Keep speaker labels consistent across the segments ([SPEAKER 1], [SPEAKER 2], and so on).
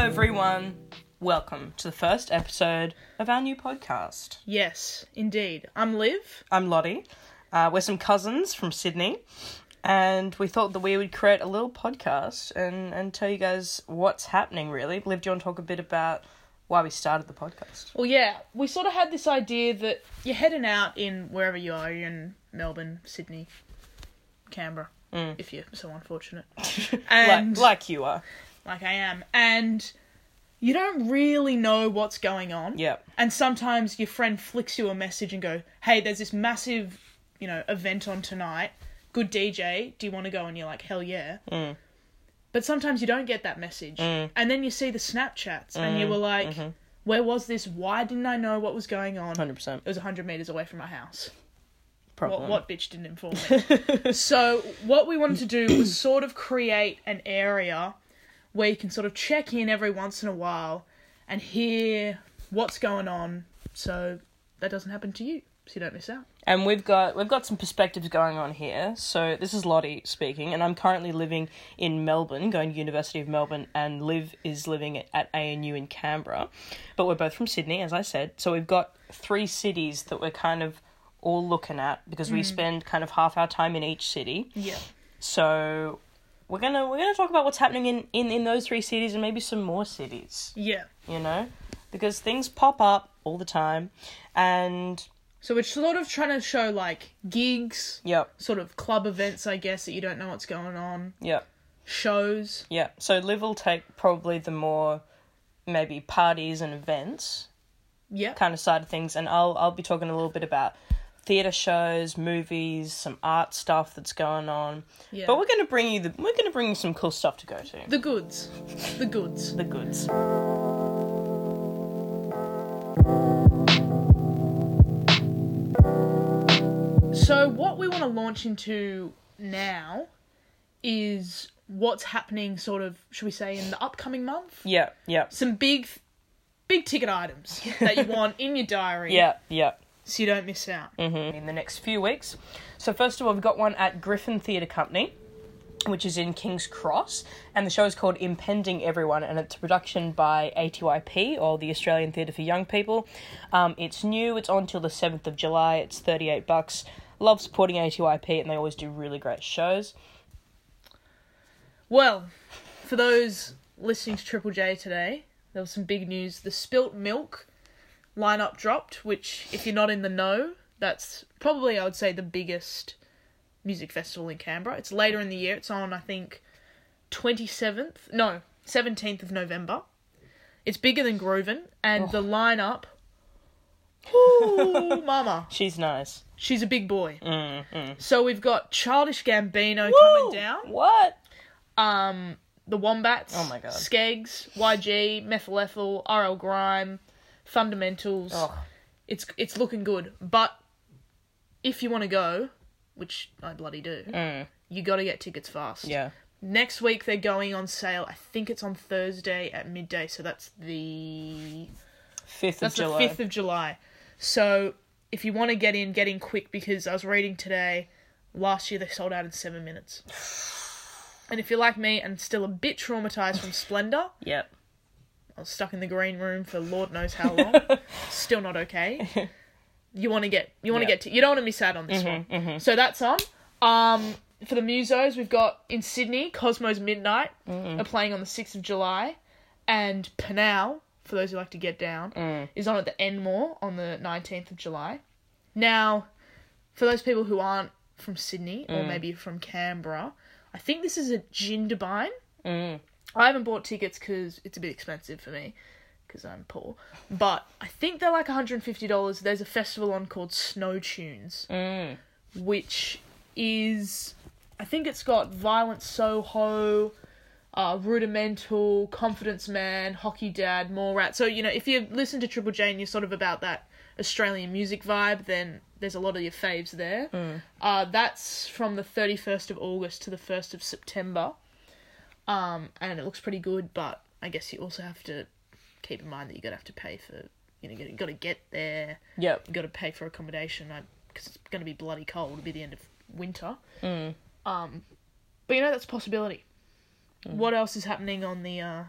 [SPEAKER 1] everyone. Welcome to the first episode of our new podcast.
[SPEAKER 2] Yes, indeed. I'm Liv.
[SPEAKER 1] I'm Lottie. Uh, we're some cousins from Sydney, and we thought that we would create a little podcast and, and tell you guys what's happening, really. Liv, do you want to talk a bit about why we started the podcast?
[SPEAKER 2] Well, yeah, we sort of had this idea that you're heading out in wherever you are, you're in Melbourne, Sydney, Canberra, if you're so unfortunate. and
[SPEAKER 1] like, like you are.
[SPEAKER 2] like I am. And you don't really know what's going on.
[SPEAKER 1] Yep.
[SPEAKER 2] And sometimes your friend flicks you a message and go, "Hey, there's this massive, you know, event on tonight. Good DJ, do you want to go?" And you're like, "Hell yeah." But sometimes you don't get that message. And then you see the Snapchats and you were like, "Where was this? Why didn't I know what was going on?"
[SPEAKER 1] 100%.
[SPEAKER 2] It was 100 meters away from my house.
[SPEAKER 1] Problem.
[SPEAKER 2] What, what bitch didn't inform me? so, what we wanted to do was sort of create an area where you can sort of check in every once in a while and hear what's going on so that doesn't happen to you so you don't miss out.
[SPEAKER 1] And we've got we've got some perspectives going on here. So this is Lottie speaking, and I'm currently living in Melbourne, going to University of Melbourne, and Liv is living at ANU in Canberra. But we're both from Sydney, as I said. So we've got three cities that we're kind of all looking at because we spend kind of half our time in each city.
[SPEAKER 2] Yeah.
[SPEAKER 1] So we're gonna we're gonna talk about what's happening in, in, in those three cities and maybe some more cities.
[SPEAKER 2] Yeah.
[SPEAKER 1] You know? Because things pop up all the time. And
[SPEAKER 2] So, we're sort of trying to show like gigs,
[SPEAKER 1] yep,
[SPEAKER 2] sort of club events, I guess, that you don't know what's going on,
[SPEAKER 1] yep.
[SPEAKER 2] shows.
[SPEAKER 1] Yeah, so Liv will take probably the more maybe parties and events
[SPEAKER 2] Yeah.
[SPEAKER 1] kind of side of things, and I'll I'll be talking a little bit about theatre shows, movies, some art stuff that's going on.
[SPEAKER 2] Yeah.
[SPEAKER 1] But we're gonna bring you the we're gonna bring you some cool stuff to go to.
[SPEAKER 2] The goods. The goods.
[SPEAKER 1] The goods.
[SPEAKER 2] So what we want to launch into now is what's happening sort of should we say in the upcoming month?
[SPEAKER 1] Yeah, yeah.
[SPEAKER 2] Some big big ticket items that you want in your diary
[SPEAKER 1] Yeah, yeah.
[SPEAKER 2] so you don't miss out.
[SPEAKER 1] in the next few weeks. So first of all, we've got one at Griffin Theatre Company, which is in King's Cross, and the show is called Impending Everyone, and it's a production by ATYP or the Australian Theatre for Young People. Um, it's new. It's on till the seventh of July. It's thirty eight bucks. Love supporting ATYP, and they always do really great shows.
[SPEAKER 2] Well, for those listening to Triple J today, there was some big news. The Spilt Milk lineup dropped, which, if you're not in the know, that's probably, I would say, the biggest music festival in Canberra. It's later in the year. It's on, I think, 27th, no, 17th of November. It's bigger than Groven, and the lineup. Ooh, mama.
[SPEAKER 1] She's nice.
[SPEAKER 2] She's a big boy. So we've got Childish Gambino
[SPEAKER 1] Woo!
[SPEAKER 2] coming down
[SPEAKER 1] What?
[SPEAKER 2] um the Wombats,
[SPEAKER 1] Oh my God.
[SPEAKER 2] Skeggs, YG, Methyl Ethyl, RL Grime, Fundamentals.
[SPEAKER 1] Oh.
[SPEAKER 2] It's it's looking good, but if you want to go, which I bloody do, you got to get tickets fast.
[SPEAKER 1] Mm. Yeah.
[SPEAKER 2] Next week they're going on sale. I think it's on Thursday at midday, so that's the
[SPEAKER 1] Fifth of
[SPEAKER 2] that's
[SPEAKER 1] July.
[SPEAKER 2] the fifth of July. So if you want to get in, get in quick because I was reading today. Last year they sold out in seven minutes. And if you're like me and still a bit traumatized from Splendor,
[SPEAKER 1] Yep.
[SPEAKER 2] I was stuck in the green room for Lord knows how long. still not okay. You want to get you want to
[SPEAKER 1] Yeah.
[SPEAKER 2] get to, you don't want to miss out on this one. So that's on. Um, for the musos, we've got in Sydney, Cosmos Midnight are playing on the sixth of July, and Panal for those who like to get down is on at the Enmore on the nineteenth of July. Now, for those people who aren't from Sydney or maybe from Canberra, I think this is a Jindabyne. I haven't bought tickets because it's a bit expensive for me because I'm poor. But I think they're like $150. There's a festival on called Snow Tunes, which is. I think it's got Violent Soho, uh, Rudimental, Confidence Man, Hockey Dad, Morat. So, you know, if you listen to Triple J and you're sort of about that Australian music vibe, then there's a lot of your faves there. Uh, that's from the 31st of August to the 1st of September. Um, and it looks pretty good, but I guess you also have to keep in mind that you're gonna have to pay for you know you gotta get there
[SPEAKER 1] Yep.
[SPEAKER 2] you gotta pay for accommodation because it's gonna be bloody cold it'll be the end of winter um
[SPEAKER 1] Mm. Mm.
[SPEAKER 2] but you know that's a possibility what else is happening on the uh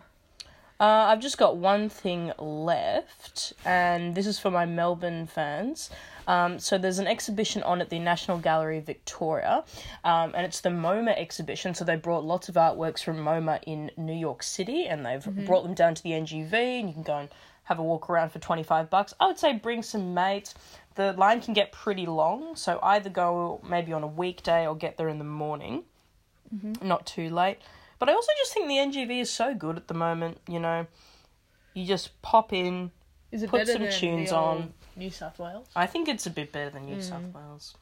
[SPEAKER 1] Uh, I've just got one thing left, and this is for my Melbourne fans. Um, so there's an exhibition on at the National Gallery Victoria, um, and it's the MoMA exhibition. So they brought lots of artworks from MoMA in New York City, and they've brought them down to the NGV, and you can go and have a walk around for 25 bucks. I would say bring some mates. The line can get pretty long, so either go maybe on a weekday or get there in the morning not too late. But I also just think the NGV is so good at the moment, you know. You just pop in.
[SPEAKER 2] Is it
[SPEAKER 1] Put
[SPEAKER 2] better
[SPEAKER 1] some
[SPEAKER 2] than
[SPEAKER 1] tunes
[SPEAKER 2] the old
[SPEAKER 1] on.
[SPEAKER 2] New South Wales?
[SPEAKER 1] I think it's a bit better than New South Wales.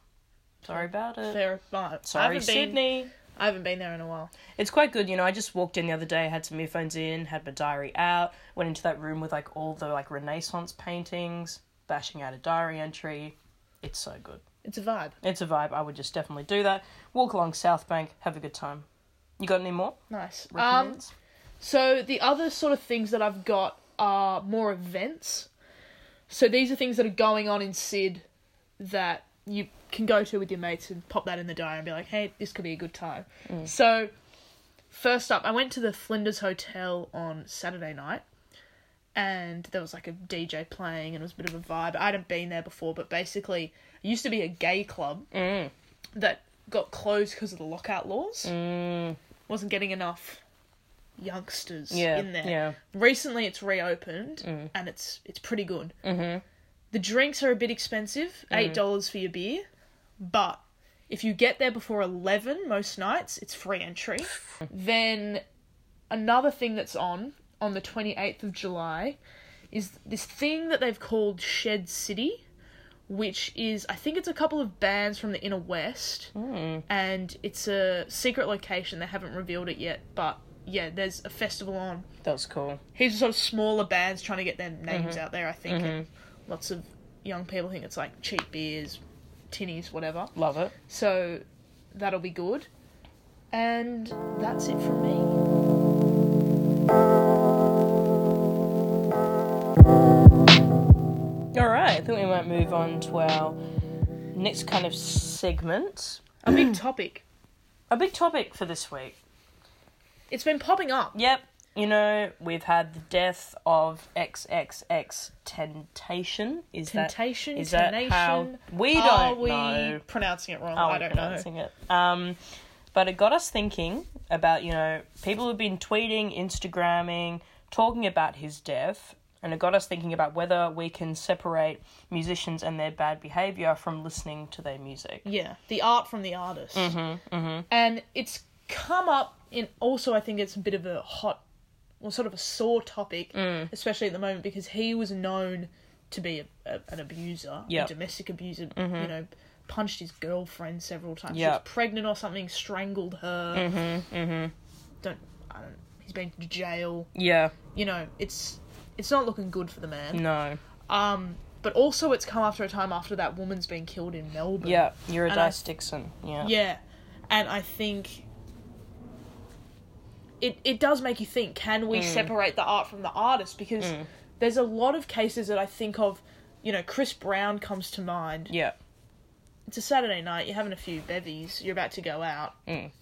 [SPEAKER 1] Sorry about it.
[SPEAKER 2] Mm. Fair, but I
[SPEAKER 1] Sorry,
[SPEAKER 2] haven't been.
[SPEAKER 1] Sydney.
[SPEAKER 2] I haven't been there in a while.
[SPEAKER 1] It's quite good, you know. I just walked in the other day, had some earphones in, had my diary out, went into that room with like all the like Renaissance paintings, bashing out a diary entry. It's so good.
[SPEAKER 2] It's a vibe.
[SPEAKER 1] It's a vibe. I would just definitely do that. Walk along South Bank, have a good time. You got any more?
[SPEAKER 2] Nice. Um,
[SPEAKER 1] Recommends?
[SPEAKER 2] so the other sort of things that I've got are more events. So these are things that are going on in Sid that you can go to with your mates and pop that in the diary and be like, hey, this could be a good time. So first up, I went to the Flinders Hotel on Saturday night. And there was like a DJ playing, and it was a bit of a vibe. I hadn't been there before, but basically, it used to be a gay club
[SPEAKER 1] Mm.
[SPEAKER 2] that got closed because of the lockout laws. Wasn't getting enough youngsters
[SPEAKER 1] Mm. Yeah,
[SPEAKER 2] in there.
[SPEAKER 1] yeah. Mm.
[SPEAKER 2] Recently, it's reopened, and it's it's pretty good. Mm-hmm. The drinks are a bit expensive,
[SPEAKER 1] Mm.
[SPEAKER 2] eight dollars for your beer, but if you get there before 11 most nights, it's free entry. then another thing that's on on the 28th of July is this thing that they've called Shed City, which is I think it's a couple of bands from the Inner West and it's a secret location they haven't revealed it yet, but yeah, there's a festival on.
[SPEAKER 1] That was cool.
[SPEAKER 2] He's sort of smaller bands trying to get their names out there, I think. And lots of young people think it's like cheap beers, tinnies, whatever.
[SPEAKER 1] Love it.
[SPEAKER 2] So that'll be good. And that's it from me.
[SPEAKER 1] All right, I think we might move on to our next kind of segment.
[SPEAKER 2] A big topic.
[SPEAKER 1] A big topic for this week.
[SPEAKER 2] It's been popping up.
[SPEAKER 1] Yep, you know, we've had the death of XXX Temptation. Is
[SPEAKER 2] Temptation,
[SPEAKER 1] that is
[SPEAKER 2] tenation.
[SPEAKER 1] that how we don't
[SPEAKER 2] Are we
[SPEAKER 1] know?
[SPEAKER 2] pronouncing it wrong?
[SPEAKER 1] How
[SPEAKER 2] I
[SPEAKER 1] we're
[SPEAKER 2] don't know.
[SPEAKER 1] pronouncing it. Um, but it got us thinking about you know people who've been tweeting, Instagramming, talking about his death, and it got us thinking about whether we can separate musicians and their bad behavior from listening to their music.
[SPEAKER 2] Yeah, the art from the artist.
[SPEAKER 1] Mm-hmm,
[SPEAKER 2] And it's come up in also, I think it's a bit of a hot, well, sort of a sore topic,
[SPEAKER 1] Mm.
[SPEAKER 2] especially at the moment, because he was known to be a, a, an abuser,
[SPEAKER 1] Yep. Mm-hmm.
[SPEAKER 2] a domestic abuser, you know, punched his girlfriend several times. She
[SPEAKER 1] Yep.
[SPEAKER 2] was pregnant or something, strangled her. Mm-hmm, mm-hmm. Don't, I don't, he's been to jail.
[SPEAKER 1] Yeah,
[SPEAKER 2] You know, it's, it's not looking good for the man.
[SPEAKER 1] no,
[SPEAKER 2] Um, but also it's come after a time after that woman's been killed in Melbourne.
[SPEAKER 1] yeah, you're a
[SPEAKER 2] And I-
[SPEAKER 1] Dice Dixon. Yeah,
[SPEAKER 2] Yeah, and I think it it does make you think: Can
[SPEAKER 1] Mm.
[SPEAKER 2] we separate the art from the artist? Because there's a lot of cases that I think of. You know, Chris Brown comes to mind.
[SPEAKER 1] yeah,
[SPEAKER 2] It's a Saturday night. You're having a few bevies. You're about to go out.
[SPEAKER 1] Mm.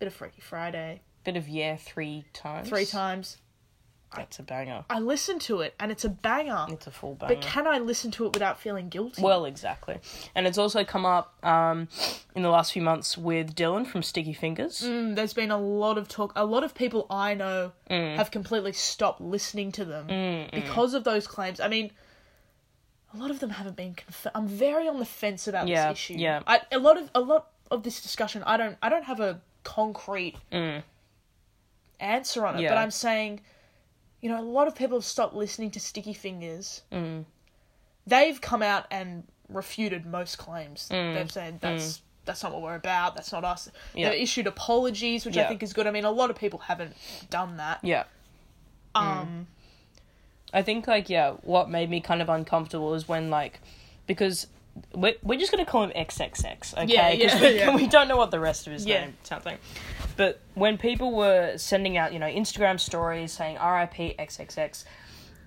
[SPEAKER 2] Bit of Freaky Friday.
[SPEAKER 1] bit of yeah three times.
[SPEAKER 2] Three times.
[SPEAKER 1] That's a banger.
[SPEAKER 2] I listen to it, and it's a banger.
[SPEAKER 1] It's a full banger.
[SPEAKER 2] but can I listen to it without feeling guilty?
[SPEAKER 1] Well, exactly. And it's also come up um, in the last few months with Dylan from Sticky Fingers.
[SPEAKER 2] Mm, there's been a lot of talk. A lot of people I know
[SPEAKER 1] Mm.
[SPEAKER 2] have completely stopped listening to them because of those claims. I mean, a lot of them haven't been confirmed. I'm very on the fence about
[SPEAKER 1] Yeah,
[SPEAKER 2] this issue.
[SPEAKER 1] yeah.
[SPEAKER 2] I, a lot of a lot of this discussion, I don't I don't have a concrete answer on it.
[SPEAKER 1] Mm. Yeah.
[SPEAKER 2] But I'm saying, you know, a lot of people have stopped listening to Sticky Fingers. They've come out and refuted most claims. They've said that's that's not what we're about. That's not us.
[SPEAKER 1] Mm. Yeah.
[SPEAKER 2] They've issued apologies, which
[SPEAKER 1] Yeah.
[SPEAKER 2] I think is good. I mean, a lot of people haven't done that.
[SPEAKER 1] Yeah. Mm.
[SPEAKER 2] Um,
[SPEAKER 1] I think, like, yeah, what made me kind of uncomfortable is when, like, because we're, we're just going to call him XXX, okay?
[SPEAKER 2] Yeah,
[SPEAKER 1] 'Cause
[SPEAKER 2] yeah,
[SPEAKER 1] we,
[SPEAKER 2] yeah.
[SPEAKER 1] we don't know what the rest of his
[SPEAKER 2] Yeah.
[SPEAKER 1] name sounds like. But when people were sending out, you know, Instagram stories saying RIP XXX,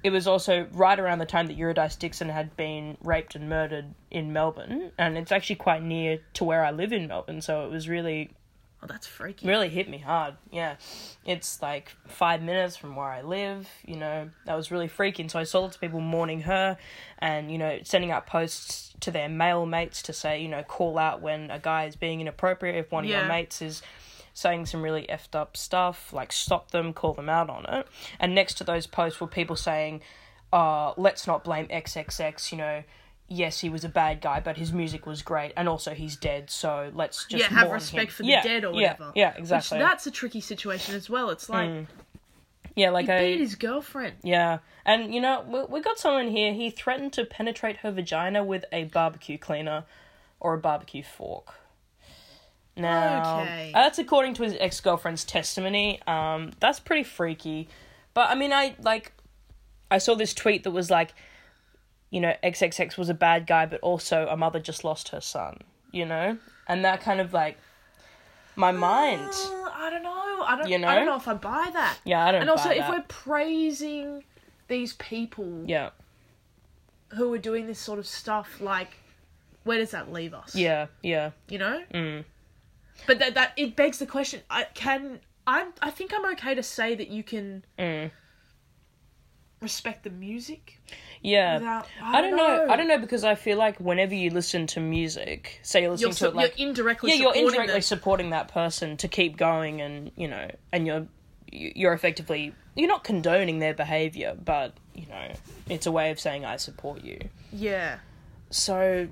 [SPEAKER 1] it was also right around the time that Eurydice Dixon had been raped and murdered in Melbourne, and it's actually quite near to where I live in Melbourne, so it was really
[SPEAKER 2] Oh, that's freaky.
[SPEAKER 1] really hit me hard. Yeah. It's like five minutes from where I live, you know. That was really freaking. So I saw lots of people mourning her and, you know, sending out posts to their male mates to say, you know, call out when a guy is being inappropriate if one of
[SPEAKER 2] Yeah.
[SPEAKER 1] your mates is saying some really effed up stuff, like stop them, call them out on it. And next to those posts were people saying, uh, let's not blame XXX, you know. Yes, he was a bad guy, but his music was great, and also he's dead. So let's just
[SPEAKER 2] yeah, have
[SPEAKER 1] mourn
[SPEAKER 2] respect
[SPEAKER 1] him.
[SPEAKER 2] for the
[SPEAKER 1] Yeah,
[SPEAKER 2] dead or
[SPEAKER 1] yeah,
[SPEAKER 2] whatever.
[SPEAKER 1] Yeah, exactly. Mm.
[SPEAKER 2] Which that's a tricky situation as well. It's like
[SPEAKER 1] Yeah, like
[SPEAKER 2] he
[SPEAKER 1] I.
[SPEAKER 2] beat his girlfriend.
[SPEAKER 1] Yeah, and you know we we got someone here. He threatened to penetrate her vagina with a barbecue cleaner, or a barbecue fork. Now,
[SPEAKER 2] Okay.
[SPEAKER 1] that's according to his ex girlfriend's testimony. Um, that's pretty freaky. But I mean, I like, I saw this tweet that was like, you know, XXX was a bad guy, but also a mother just lost her son. You know, and that kind of like, my mind.
[SPEAKER 2] Uh, I don't know. I don't.
[SPEAKER 1] You know?
[SPEAKER 2] I don't know if I buy that.
[SPEAKER 1] Yeah, I don't.
[SPEAKER 2] And also,
[SPEAKER 1] buy
[SPEAKER 2] if
[SPEAKER 1] that.
[SPEAKER 2] we're praising these people
[SPEAKER 1] yeah,
[SPEAKER 2] who are doing this sort of stuff, like, where does that leave us?
[SPEAKER 1] yeah, yeah.
[SPEAKER 2] you know.
[SPEAKER 1] Mm.
[SPEAKER 2] But that that it begs the question. I can. I I think I'm okay to say that you can
[SPEAKER 1] Mm.
[SPEAKER 2] respect the music
[SPEAKER 1] Yeah.
[SPEAKER 2] without. I,
[SPEAKER 1] I don't know. I don't know because I feel like whenever you listen to music, say you're listening
[SPEAKER 2] You're,
[SPEAKER 1] to
[SPEAKER 2] su-
[SPEAKER 1] it like
[SPEAKER 2] you're indirectly.
[SPEAKER 1] yeah, you're
[SPEAKER 2] supporting
[SPEAKER 1] indirectly
[SPEAKER 2] them.
[SPEAKER 1] supporting that person to keep going, and you know, and you're you- you're effectively you're not condoning their behavior, but you know, it's a way of saying I support you.
[SPEAKER 2] Yeah.
[SPEAKER 1] So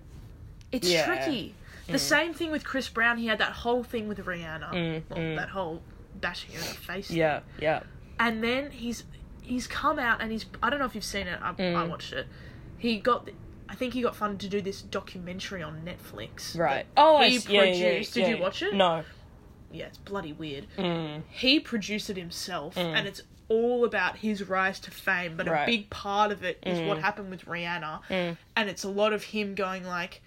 [SPEAKER 2] It's
[SPEAKER 1] Yeah. Mm.
[SPEAKER 2] tricky. The same thing with Chris Brown. He had that whole thing with Rihanna. well, That whole bashing her in the face. thing.
[SPEAKER 1] Mm, yeah, yeah,
[SPEAKER 2] And then he's he's come out and he's I don't know if you've seen it. I, I
[SPEAKER 1] Mm.
[SPEAKER 2] watched it. He got the- I think he got funded to do this documentary on Netflix. that
[SPEAKER 1] right. Oh, I
[SPEAKER 2] he
[SPEAKER 1] see. Yeah, yeah, yeah,
[SPEAKER 2] produced.
[SPEAKER 1] yeah,
[SPEAKER 2] Did you
[SPEAKER 1] yeah.
[SPEAKER 2] watch it?
[SPEAKER 1] No.
[SPEAKER 2] Yeah, it's bloody weird.
[SPEAKER 1] Mm,
[SPEAKER 2] He produced it himself, and it's all about his rise to fame. But a
[SPEAKER 1] Right. Mm.
[SPEAKER 2] big part of it is what happened with Rihanna, and it's a lot of him going like,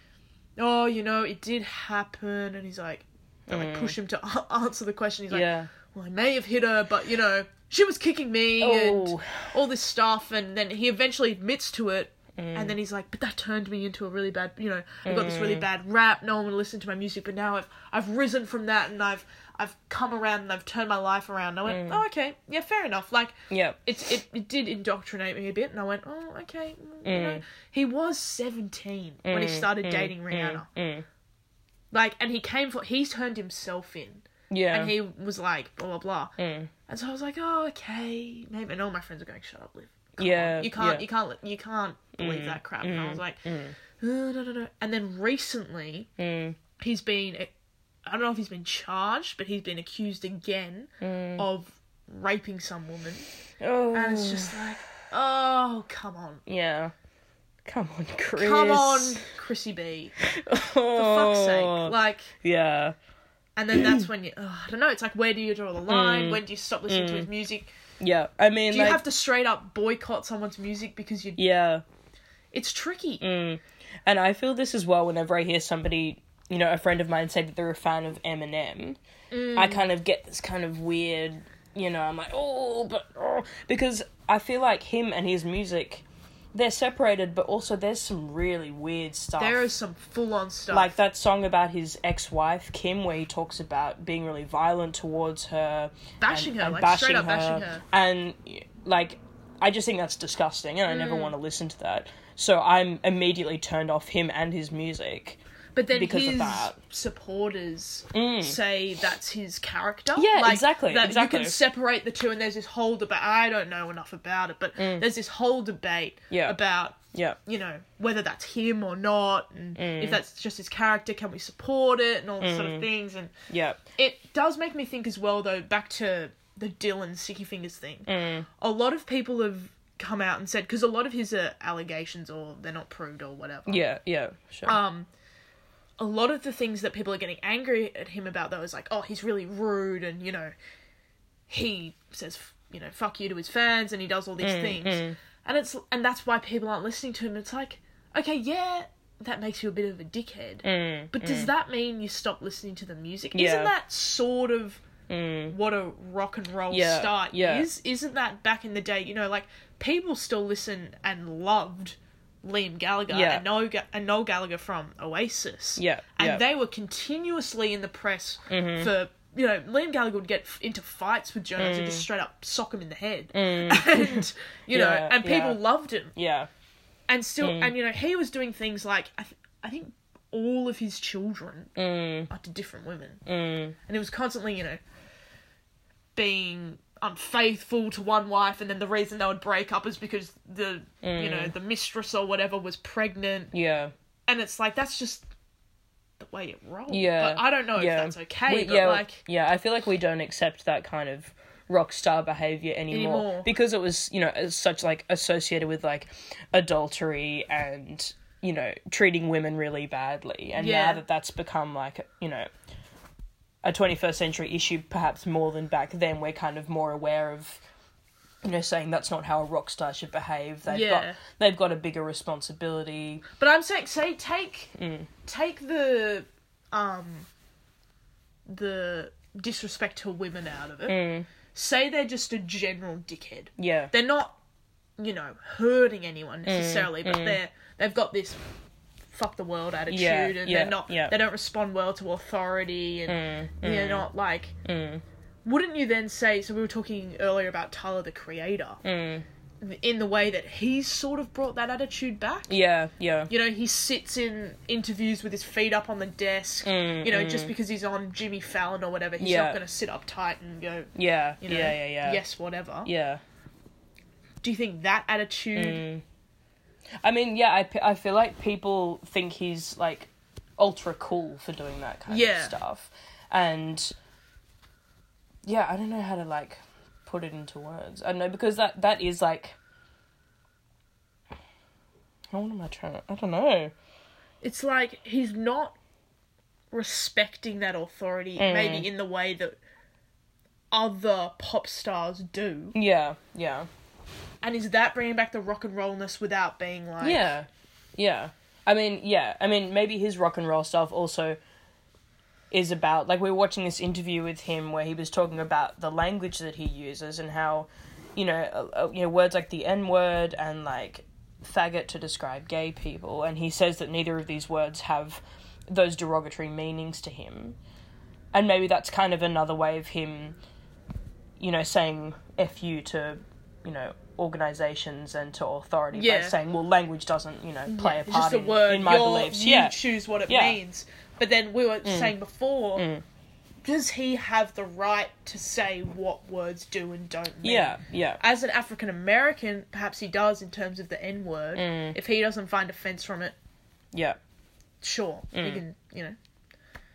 [SPEAKER 2] "Oh, you know, it did happen," and he's like, they, like push him to a- answer the question. He's like,
[SPEAKER 1] Mm. yeah.
[SPEAKER 2] "Well, I may have hit her, but you know, she was kicking me and
[SPEAKER 1] Oh.
[SPEAKER 2] all this stuff." And then he eventually admits to it.
[SPEAKER 1] Mm.
[SPEAKER 2] And then he's like, but that turned me into a really bad, you know, I've got this really
[SPEAKER 1] Mm.
[SPEAKER 2] bad rap. No one would listen to my music, but now I've I've risen from that, and I've I've come around, and I've turned my life around. And I
[SPEAKER 1] Mm.
[SPEAKER 2] went, oh okay, yeah, fair enough. Like
[SPEAKER 1] Yeah.
[SPEAKER 2] it's it, it did indoctrinate me a bit, and I went, oh okay. mm, You know, he was seventeen when he started dating Rihanna.
[SPEAKER 1] mm.
[SPEAKER 2] Like, and he came for he turned himself in,
[SPEAKER 1] Yeah.
[SPEAKER 2] and he was like blah blah blah.
[SPEAKER 1] Mm.
[SPEAKER 2] And so I was like, oh okay, maybe. And all my friends are going, shut up, Liv. Come
[SPEAKER 1] Yeah,
[SPEAKER 2] on. you can't,
[SPEAKER 1] yeah. Mm,
[SPEAKER 2] you can't, li- you can't believe that crap. And I was like, "Uh, no, no, no. And then recently,
[SPEAKER 1] Mm.
[SPEAKER 2] he's been I don't know if he's been charged, but he's been accused again
[SPEAKER 1] Mm.
[SPEAKER 2] of raping some woman.
[SPEAKER 1] Oh.
[SPEAKER 2] And it's just like, oh, come on.
[SPEAKER 1] yeah. Come on, Chris.
[SPEAKER 2] Come on, Chrissy B. For fuck's
[SPEAKER 1] Oh.
[SPEAKER 2] sake. Like,
[SPEAKER 1] Yeah.
[SPEAKER 2] and then that's when you, oh, I don't know, it's like, where do you draw the line?
[SPEAKER 1] Mm.
[SPEAKER 2] When do you stop listening to his music?
[SPEAKER 1] Yeah. I mean,
[SPEAKER 2] Do you
[SPEAKER 1] like,
[SPEAKER 2] have to straight up boycott someone's music because you,
[SPEAKER 1] yeah. Mm.
[SPEAKER 2] it's tricky.
[SPEAKER 1] And I feel this as well whenever I hear somebody, you know, a friend of mine say that they're a fan of Eminem. I
[SPEAKER 2] Mm.
[SPEAKER 1] kind of get this kind of weird, you know, I'm like, oh, but, oh, because I feel like him and his music, they're separated, but also there's some really weird stuff.
[SPEAKER 2] There is some full on stuff.
[SPEAKER 1] like that song about his ex-wife Kim, where he talks about being really violent towards her,
[SPEAKER 2] Bashing her, like, straight up bashing her.
[SPEAKER 1] and like I just think that's disgusting, and I never
[SPEAKER 2] Mm.
[SPEAKER 1] want to listen to that. So I'm immediately turned off him and his music.
[SPEAKER 2] But then
[SPEAKER 1] because of
[SPEAKER 2] his
[SPEAKER 1] that. Mm.
[SPEAKER 2] supporters say that's his character.
[SPEAKER 1] Yeah, exactly,
[SPEAKER 2] That you
[SPEAKER 1] exactly.
[SPEAKER 2] can separate the two, and there's this whole debate. I don't know enough about it, but there's this whole debate
[SPEAKER 1] Mm. Yeah.
[SPEAKER 2] about
[SPEAKER 1] Yeah,
[SPEAKER 2] you know whether that's him or not, and
[SPEAKER 1] Mm.
[SPEAKER 2] if that's just his character, can we support it, and all these sort of things. And
[SPEAKER 1] yeah,
[SPEAKER 2] it does make me think as well, though, back to the Dylan Sicky Fingers thing. A lot of people have come out and said because a lot of his uh, allegations or they're not proved or whatever
[SPEAKER 1] yeah, yeah. Sure.
[SPEAKER 2] um a lot of the things that people are getting angry at him about though is like oh he's really rude and you know he says f- you know fuck you to his fans and he does all these
[SPEAKER 1] Mm,
[SPEAKER 2] things and it's and that's why people aren't listening to him it's like okay yeah that makes you a bit of a dickhead but does that mean you stop listening to the music isn't
[SPEAKER 1] Mm, Yeah. Mm.
[SPEAKER 2] that sort of what a rock and roll
[SPEAKER 1] Yeah,
[SPEAKER 2] start
[SPEAKER 1] yeah.
[SPEAKER 2] is isn't that back in the day you know like people still listen and loved Liam Gallagher
[SPEAKER 1] Yeah.
[SPEAKER 2] and Noel, Ga- and Noel Gallagher from Oasis.
[SPEAKER 1] Yeah, Mm-hmm.
[SPEAKER 2] And
[SPEAKER 1] yeah.
[SPEAKER 2] they were continuously in the press for you know, Liam Gallagher would get f- into fights with Jones
[SPEAKER 1] Mm.
[SPEAKER 2] and just straight up sock him in the head, and you know,
[SPEAKER 1] Yeah,
[SPEAKER 2] and people
[SPEAKER 1] yeah.
[SPEAKER 2] loved him,
[SPEAKER 1] Yeah.
[SPEAKER 2] and still,
[SPEAKER 1] Mm.
[SPEAKER 2] and you know, he was doing things like I, th- I think all of his children
[SPEAKER 1] Mm.
[SPEAKER 2] are to different women, and he was constantly, you know, being unfaithful to one wife, and then the reason they would break up is because the you
[SPEAKER 1] Mm.
[SPEAKER 2] know the mistress or whatever was pregnant,
[SPEAKER 1] Yeah.
[SPEAKER 2] and it's like that's just the way it rolls.
[SPEAKER 1] Yeah.
[SPEAKER 2] but I don't know if
[SPEAKER 1] yeah.
[SPEAKER 2] that's okay.
[SPEAKER 1] We-
[SPEAKER 2] but
[SPEAKER 1] yeah,
[SPEAKER 2] like,
[SPEAKER 1] yeah, I feel like we don't accept that kind of rock star behavior anymore,
[SPEAKER 2] Anymore.
[SPEAKER 1] because it was, you know, as such like associated with like adultery and you know treating women really badly, and
[SPEAKER 2] Yeah.
[SPEAKER 1] now that that's become like you know a 21st century issue, perhaps more than back then, we're kind of more aware of. You know, saying that's not how a rock star should behave. They've
[SPEAKER 2] Yeah.
[SPEAKER 1] got they've got a bigger responsibility.
[SPEAKER 2] But I'm saying, say take
[SPEAKER 1] Mm.
[SPEAKER 2] take the um the disrespect to women out of it.
[SPEAKER 1] Mm.
[SPEAKER 2] Say they're just a general dickhead.
[SPEAKER 1] Yeah,
[SPEAKER 2] They're not, you know, hurting
[SPEAKER 1] Mm,
[SPEAKER 2] anyone necessarily, but they're they've got this fuck the world attitude,
[SPEAKER 1] Yeah,
[SPEAKER 2] and
[SPEAKER 1] yeah,
[SPEAKER 2] they're not
[SPEAKER 1] yeah. Mm,
[SPEAKER 2] they don't respond well to authority, and they're not like. Wouldn't you then say? So we were talking earlier about Tyler the Creator.
[SPEAKER 1] Mm.
[SPEAKER 2] In the way that he's sort of brought that attitude back,
[SPEAKER 1] yeah, yeah,
[SPEAKER 2] you know, he sits in interviews with his feet up on the desk. you know, just because he's on Jimmy Fallon or whatever, he's
[SPEAKER 1] Mm, Yeah.
[SPEAKER 2] not going to sit up tight and go,
[SPEAKER 1] yeah,
[SPEAKER 2] you know,
[SPEAKER 1] yeah, yeah, yeah.
[SPEAKER 2] yes, whatever.
[SPEAKER 1] yeah.
[SPEAKER 2] Do you think that attitude?
[SPEAKER 1] Mm. I mean, yeah, I, pe- I feel like people think he's like ultra cool for doing that kind
[SPEAKER 2] Yeah.
[SPEAKER 1] of stuff. And yeah, I don't know how to like put it into words. I don't know because that that is like Oh, what am I trying to I don't know.
[SPEAKER 2] It's like he's not respecting that authority,
[SPEAKER 1] Mm.
[SPEAKER 2] maybe in the way that other pop stars do.
[SPEAKER 1] Yeah, yeah.
[SPEAKER 2] And is that bringing back the rock and rollness without being like,
[SPEAKER 1] Yeah. Yeah. I mean, yeah. I mean, maybe his rock and roll stuff also is about like we were watching this interview with him where he was talking about the language that he uses and how you know, uh, uh, you know words like the N word and like faggot to describe gay people and he says that neither of these words have those derogatory meanings to him. And maybe that's kind of another way of him you know saying f you to you know organizations and to authority by
[SPEAKER 2] Yeah.
[SPEAKER 1] saying well language doesn't you know play a
[SPEAKER 2] It's
[SPEAKER 1] part
[SPEAKER 2] just a
[SPEAKER 1] in,
[SPEAKER 2] word.
[SPEAKER 1] in my
[SPEAKER 2] you're-
[SPEAKER 1] beliefs.
[SPEAKER 2] You
[SPEAKER 1] Yeah,
[SPEAKER 2] choose what it
[SPEAKER 1] Yeah. Mm.
[SPEAKER 2] means. But then we were saying before, does he have the right to say what words do and don't mean?
[SPEAKER 1] yeah, yeah,
[SPEAKER 2] As an African American, perhaps he does in terms of the N word.
[SPEAKER 1] Mm.
[SPEAKER 2] If he doesn't find offense from it,
[SPEAKER 1] yeah,
[SPEAKER 2] sure, he can, you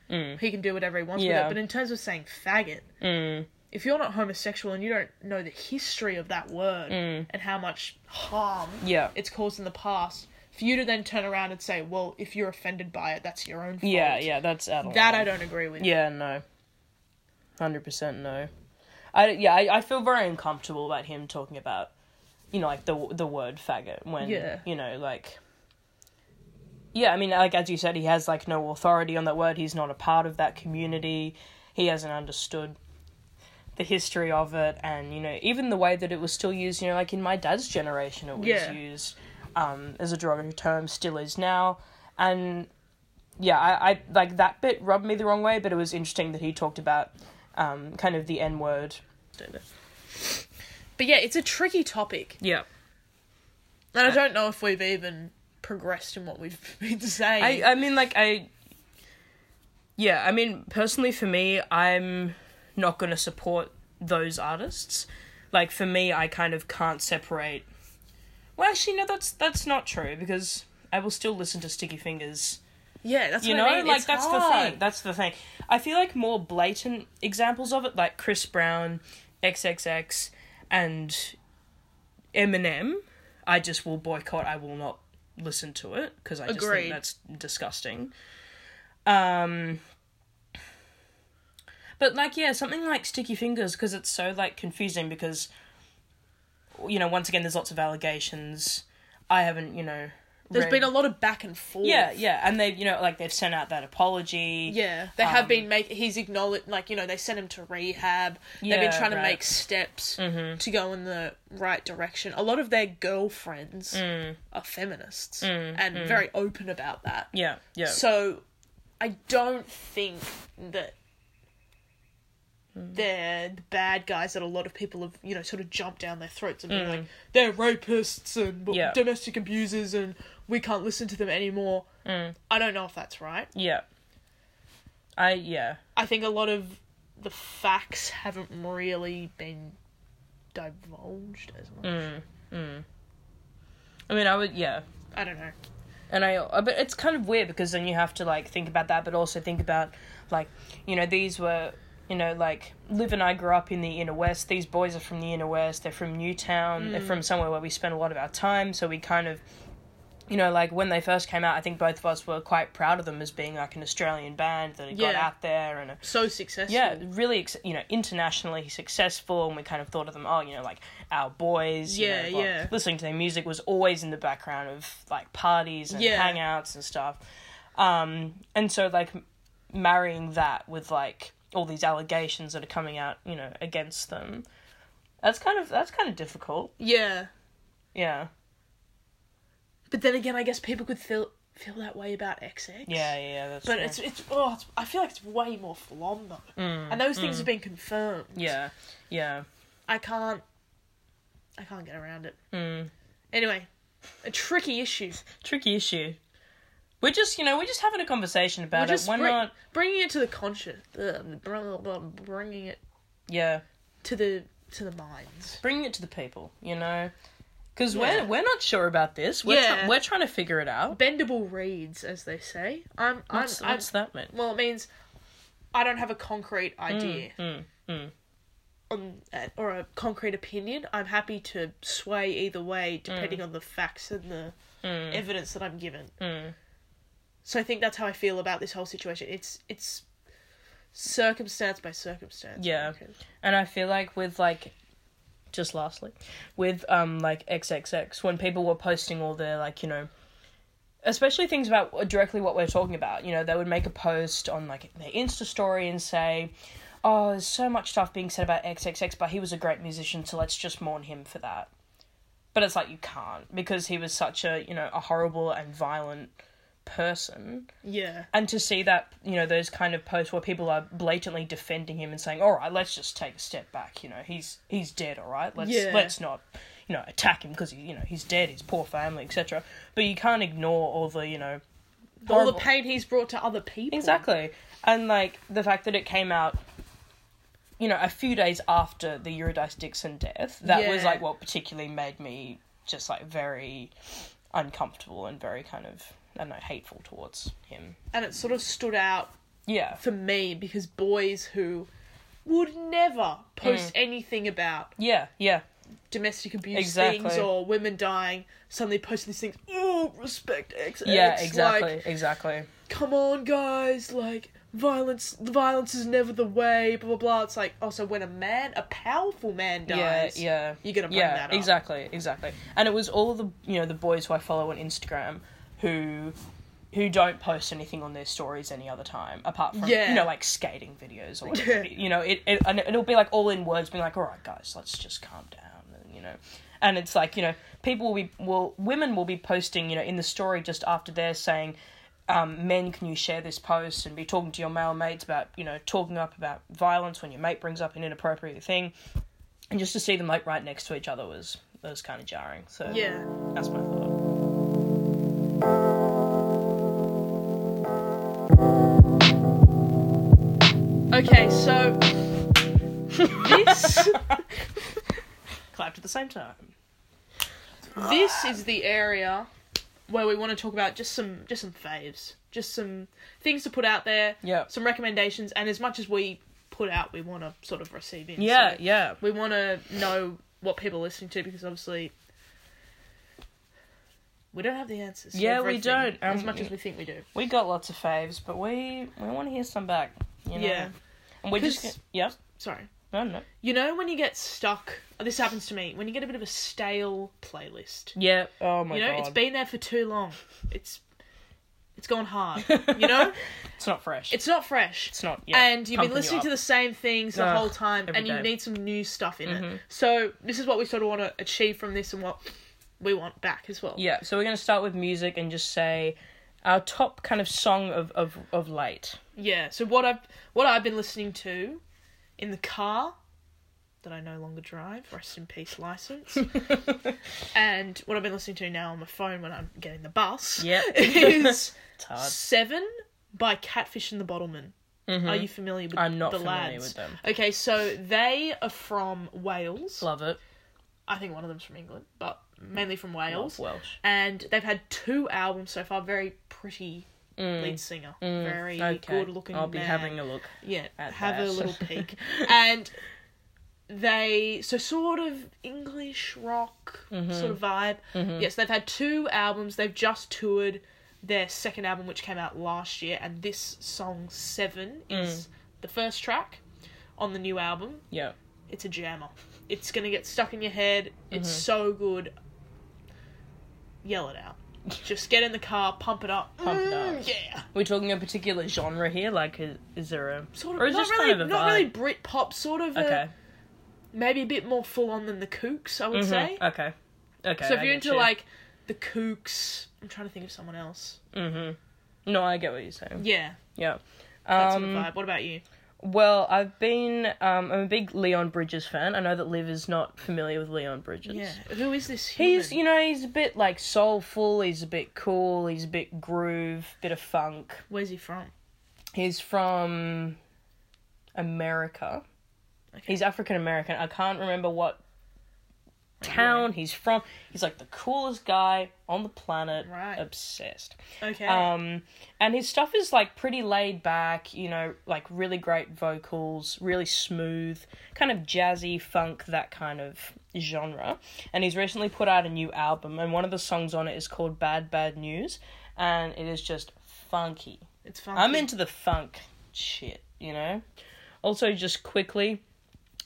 [SPEAKER 2] know, he can do whatever he wants
[SPEAKER 1] Mm. Yeah. Mm.
[SPEAKER 2] with it. But in terms of saying faggot, if you're not homosexual and you don't know the history of that word
[SPEAKER 1] Mm.
[SPEAKER 2] and how much harm
[SPEAKER 1] Yeah.
[SPEAKER 2] it's caused in the past, for you to then turn around and say, well, if you're offended by it, that's your own fault.
[SPEAKER 1] yeah, yeah. That's out of
[SPEAKER 2] That
[SPEAKER 1] line.
[SPEAKER 2] I don't agree with.
[SPEAKER 1] Yeah, no. Hundred percent no. I yeah, I, I feel very uncomfortable about him talking about, you know, like the the word faggot when
[SPEAKER 2] Yeah.
[SPEAKER 1] you know like. Yeah, I mean, like as you said, he has like no authority on that word. He's not a part of that community. He hasn't understood the history of it, and you know, even the way that it was still used. You know, like in my dad's generation, it was
[SPEAKER 2] Yeah.
[SPEAKER 1] used um, as a derogatory term, still is now, and yeah, I, I like that bit rubbed me the wrong way, but it was interesting that he talked about um, kind of the N word.
[SPEAKER 2] But yeah, it's a tricky topic.
[SPEAKER 1] Yeah,
[SPEAKER 2] And I don't know if we've even progressed in what we've been saying.
[SPEAKER 1] I I mean like I. Yeah, I mean personally for me, I'm not gonna support those artists. Like for me, I kind of can't separate. Well, actually, no, that's that's not true because I will still listen to Sticky Fingers.
[SPEAKER 2] yeah, that's
[SPEAKER 1] you
[SPEAKER 2] what
[SPEAKER 1] know
[SPEAKER 2] I mean.
[SPEAKER 1] like
[SPEAKER 2] It's
[SPEAKER 1] that's the
[SPEAKER 2] hard.
[SPEAKER 1] thing that's the thing i feel like more blatant examples of it like chris brown xxx and eminem i just will boycott i will not listen to it because i just
[SPEAKER 2] Agreed.
[SPEAKER 1] think that's disgusting um but like yeah something like sticky fingers because it's so like confusing because you know once again there's lots of allegations i haven't you know
[SPEAKER 2] There's
[SPEAKER 1] read-
[SPEAKER 2] been a lot of back and forth.
[SPEAKER 1] yeah, yeah, and they, have you know, like they've sent out that apology.
[SPEAKER 2] Yeah, they
[SPEAKER 1] Um,
[SPEAKER 2] have been make. He's acknowledged, like you know, they sent him to rehab. They've
[SPEAKER 1] Yeah,
[SPEAKER 2] been trying to
[SPEAKER 1] right. Mm-hmm.
[SPEAKER 2] make steps to go in the right direction. A lot of their girlfriends
[SPEAKER 1] Mm.
[SPEAKER 2] are feminists and very open about that.
[SPEAKER 1] yeah, yeah,
[SPEAKER 2] So, I don't think that they're the bad guys that a lot of people have, you know, sort of jumped down their throats and been like, they're rapists and
[SPEAKER 1] Mm. Yeah.
[SPEAKER 2] domestic abusers and we can't listen to them anymore.
[SPEAKER 1] Mm.
[SPEAKER 2] I don't know if that's right.
[SPEAKER 1] Yeah. I yeah.
[SPEAKER 2] I think a lot of the facts haven't really been divulged as much.
[SPEAKER 1] Mm. I mean, I would yeah.
[SPEAKER 2] I don't know.
[SPEAKER 1] And I, uh, but it's kind of weird because then you have to like think about that, but also think about like, you know, these were, you know, like Liv and I grew up in the inner west. These boys are from the inner west. They're from Newtown. They're from somewhere where we spend a lot of our time. So we kind of, you know, like when they first came out, I think both of us were quite proud of them as being like an Australian band that had got
[SPEAKER 2] Yeah.
[SPEAKER 1] out there and a
[SPEAKER 2] So successful.
[SPEAKER 1] yeah, really, ex- you know, internationally successful, and we kind of thought of them, oh, you know, like our boys. you
[SPEAKER 2] Yeah,
[SPEAKER 1] know, like,
[SPEAKER 2] yeah.
[SPEAKER 1] Listening to their music was always in the background of like parties and
[SPEAKER 2] Yeah.
[SPEAKER 1] hangouts and stuff, um, and so like m- marrying that with like all these allegations that are coming out, you know, against them. That's kind of that's kind of difficult.
[SPEAKER 2] Yeah.
[SPEAKER 1] Yeah,
[SPEAKER 2] But then again, I guess people could feel feel that way about XX.
[SPEAKER 1] yeah, yeah. yeah, That's
[SPEAKER 2] But
[SPEAKER 1] true.
[SPEAKER 2] it's it's oh, it's, I feel like it's way more flom though, and those things have been confirmed.
[SPEAKER 1] Mm, yeah, yeah.
[SPEAKER 2] I can't, I can't get around it.
[SPEAKER 1] Mm.
[SPEAKER 2] Anyway, a tricky issue.
[SPEAKER 1] Tricky issue. We're just, you know, we're just having a conversation about
[SPEAKER 2] We're
[SPEAKER 1] it.
[SPEAKER 2] just
[SPEAKER 1] We're
[SPEAKER 2] bring-
[SPEAKER 1] not,
[SPEAKER 2] bringing it to the conscious, ugh, br- br- br- bringing it
[SPEAKER 1] yeah.
[SPEAKER 2] to the to the minds.
[SPEAKER 1] bringing it to the people, you know, because
[SPEAKER 2] Yeah.
[SPEAKER 1] we're we're not sure about this. We're
[SPEAKER 2] Yeah.
[SPEAKER 1] try- we're trying to figure it out.
[SPEAKER 2] Bendable reeds, as they say. I'm I'm,
[SPEAKER 1] What's,
[SPEAKER 2] I'm
[SPEAKER 1] what's that meant?
[SPEAKER 2] well, it means I don't have a concrete
[SPEAKER 1] Mm,
[SPEAKER 2] idea. On, uh, or a concrete opinion. I'm happy to sway either way
[SPEAKER 1] Mm.
[SPEAKER 2] depending on the facts and the evidence that I'm given.
[SPEAKER 1] Mm.
[SPEAKER 2] So I think that's how I feel about this whole situation. It's it's circumstance by circumstance. I
[SPEAKER 1] Yeah.
[SPEAKER 2] reckon.
[SPEAKER 1] And I feel like with like, just lastly, with um like XXX when people were posting all their like you know. Especially things about uh, directly what we're talking about. You know, they would make a post on like their Insta story and say, "Oh, there's so much stuff being said about XXX, but he was a great musician, so let's just mourn him for that." But it's like you can't because he was such a you know a horrible and violent person
[SPEAKER 2] Yeah.
[SPEAKER 1] and to see that you know those kind of posts where people are blatantly defending him and saying all right let's just take a step back you know he's he's dead all right let's
[SPEAKER 2] Yeah.
[SPEAKER 1] let's not you know attack him because you know he's dead his poor family etc but you can't ignore all the you know
[SPEAKER 2] All the
[SPEAKER 1] horrible-
[SPEAKER 2] pain he's brought to other people.
[SPEAKER 1] exactly and like the fact that it came out you know a few days after the Eurydice Dixon death that was
[SPEAKER 2] Yeah.
[SPEAKER 1] like what particularly made me just like very uncomfortable and very kind of I don't know hateful towards him
[SPEAKER 2] And it sort of stood out
[SPEAKER 1] yeah
[SPEAKER 2] for me because boys who would never post
[SPEAKER 1] Mm.
[SPEAKER 2] anything about
[SPEAKER 1] yeah yeah
[SPEAKER 2] domestic abuse
[SPEAKER 1] Exactly.
[SPEAKER 2] things or women dying suddenly post these things oh respect x
[SPEAKER 1] Yeah, exactly,
[SPEAKER 2] like
[SPEAKER 1] exactly.
[SPEAKER 2] come on guys like violence the violence is never the way blah blah blah it's like also when a man a powerful man dies
[SPEAKER 1] yeah, yeah.
[SPEAKER 2] you're gonna bring
[SPEAKER 1] yeah,
[SPEAKER 2] that up
[SPEAKER 1] exactly, exactly. And it was all the you know the boys who I follow on Instagram who who don't post anything on their stories any other time apart from
[SPEAKER 2] Yeah.
[SPEAKER 1] you know like skating videos or
[SPEAKER 2] Yeah.
[SPEAKER 1] whatever. you know it, it and it'll be like all in words being like all right guys let's just calm down and you know and it's like you know people will be will women will be posting you know in the story just after they're saying um, men, can you share this post and be talking to your male mates about, you know, talking up about violence when your mate brings up an inappropriate thing? And just to see them like right next to each other was was kind of jarring. So
[SPEAKER 2] yeah
[SPEAKER 1] that's my thought.
[SPEAKER 2] okay so this
[SPEAKER 1] Clapped at the same time.
[SPEAKER 2] this is the area where we want to talk about just some just some faves, just some things to put out there,
[SPEAKER 1] Yeah.
[SPEAKER 2] some recommendations, and as much as we put out, we want to sort of receive in.
[SPEAKER 1] Yeah,
[SPEAKER 2] So
[SPEAKER 1] yeah,
[SPEAKER 2] we want to know what people are listening to because obviously we don't have the answers. to
[SPEAKER 1] Yeah, we
[SPEAKER 2] everything,
[SPEAKER 1] don't.
[SPEAKER 2] as
[SPEAKER 1] Um,
[SPEAKER 2] much as we think we do.
[SPEAKER 1] we got lots of faves, but we we want to hear some back. You know?
[SPEAKER 2] Yeah.
[SPEAKER 1] and we're just
[SPEAKER 2] 'Cause-
[SPEAKER 1] gonna- yeah.
[SPEAKER 2] Sorry.
[SPEAKER 1] No, no.
[SPEAKER 2] You know when you get stuck. oh, This happens to me when you get a bit of a stale playlist.
[SPEAKER 1] Yeah. Oh my
[SPEAKER 2] you know,
[SPEAKER 1] god.
[SPEAKER 2] it's been there for too long. It's it's gone hard. You know,
[SPEAKER 1] It's not fresh. It's,
[SPEAKER 2] it's not fresh.
[SPEAKER 1] not. Yeah,
[SPEAKER 2] and you've been
[SPEAKER 1] pumping you
[SPEAKER 2] listening
[SPEAKER 1] up.
[SPEAKER 2] to the same things the
[SPEAKER 1] Ugh,
[SPEAKER 2] whole time,
[SPEAKER 1] every
[SPEAKER 2] and you
[SPEAKER 1] day. Mm-hmm.
[SPEAKER 2] need some new stuff in it. So this is what we sort of want to achieve from this, and what we want back as well.
[SPEAKER 1] Yeah, so we're gonna start with music and just say our top kind of song of of of late.
[SPEAKER 2] Yeah, So what I've what I've been listening to in the car that I no longer drive. Rest in peace, license. and what I've been listening to now on my phone when I'm getting the bus
[SPEAKER 1] Yep.
[SPEAKER 2] is
[SPEAKER 1] It's hard.
[SPEAKER 2] Seven by Catfish and the Bottlemen. Are you familiar with
[SPEAKER 1] Mm-hmm. I'm not
[SPEAKER 2] the
[SPEAKER 1] familiar
[SPEAKER 2] lads?
[SPEAKER 1] with them.
[SPEAKER 2] Okay, so they are from Wales.
[SPEAKER 1] Love it.
[SPEAKER 2] I think one of them's from England, but
[SPEAKER 1] Mm.
[SPEAKER 2] mainly from Wales.
[SPEAKER 1] Love Welsh.
[SPEAKER 2] And they've had two albums so far. Very pretty lead singer, very
[SPEAKER 1] Mm. Okay.
[SPEAKER 2] good looking.
[SPEAKER 1] I'll be
[SPEAKER 2] man.
[SPEAKER 1] having a look.
[SPEAKER 2] yeah.
[SPEAKER 1] at
[SPEAKER 2] Have a
[SPEAKER 1] that.
[SPEAKER 2] little peek. and they so sort of English rock
[SPEAKER 1] Mm-hmm.
[SPEAKER 2] sort of vibe. Yes, they've had two albums. They've just toured their second album, which came out last year, and this song Seven
[SPEAKER 1] Mm.
[SPEAKER 2] is the first track on the new album
[SPEAKER 1] Yeah.
[SPEAKER 2] it's a jammer. It's gonna get stuck in your head. It's
[SPEAKER 1] Mm-hmm.
[SPEAKER 2] so good. Yell it out. Just get in the car, pump it up.
[SPEAKER 1] Pump it up.
[SPEAKER 2] Mm, Yeah.
[SPEAKER 1] We're talking a particular genre here. Like, is, is there a
[SPEAKER 2] Sort of
[SPEAKER 1] or is
[SPEAKER 2] not
[SPEAKER 1] this
[SPEAKER 2] really
[SPEAKER 1] kind of a
[SPEAKER 2] not
[SPEAKER 1] vibe?
[SPEAKER 2] really Brit pop, sort of a-
[SPEAKER 1] okay.
[SPEAKER 2] maybe a bit more full on than the Kooks, I would
[SPEAKER 1] Mhm.
[SPEAKER 2] say.
[SPEAKER 1] Okay. Okay.
[SPEAKER 2] so if
[SPEAKER 1] I
[SPEAKER 2] you're
[SPEAKER 1] get
[SPEAKER 2] into
[SPEAKER 1] you.
[SPEAKER 2] like the Kooks, I'm trying to think of someone else.
[SPEAKER 1] Mm-hmm. no, I get what you're saying.
[SPEAKER 2] Yeah.
[SPEAKER 1] Yeah.
[SPEAKER 2] That
[SPEAKER 1] Um,
[SPEAKER 2] sort of vibe. What about you?
[SPEAKER 1] Well, I've been. Um, I'm a big Leon Bridges fan. I know that Liv is not familiar with Leon Bridges.
[SPEAKER 2] Yeah. Who is this human?
[SPEAKER 1] He's, you know, he's a bit like soulful. He's a bit cool. He's a bit groove, bit of funk.
[SPEAKER 2] Where's he from?
[SPEAKER 1] He's from America.
[SPEAKER 2] Okay.
[SPEAKER 1] He's African American. I can't remember what town he's from. He's like the coolest guy on the planet.
[SPEAKER 2] Right.
[SPEAKER 1] Obsessed.
[SPEAKER 2] Okay.
[SPEAKER 1] Um, and his stuff is like pretty laid back, you know, like really great vocals, really smooth, kind of jazzy funk, that kind of genre. And he's recently put out a new album, and one of the songs on it is called Bad Bad News, and it is just funky.
[SPEAKER 2] it's fun.
[SPEAKER 1] I'm into the funk shit, you know? Also, just quickly,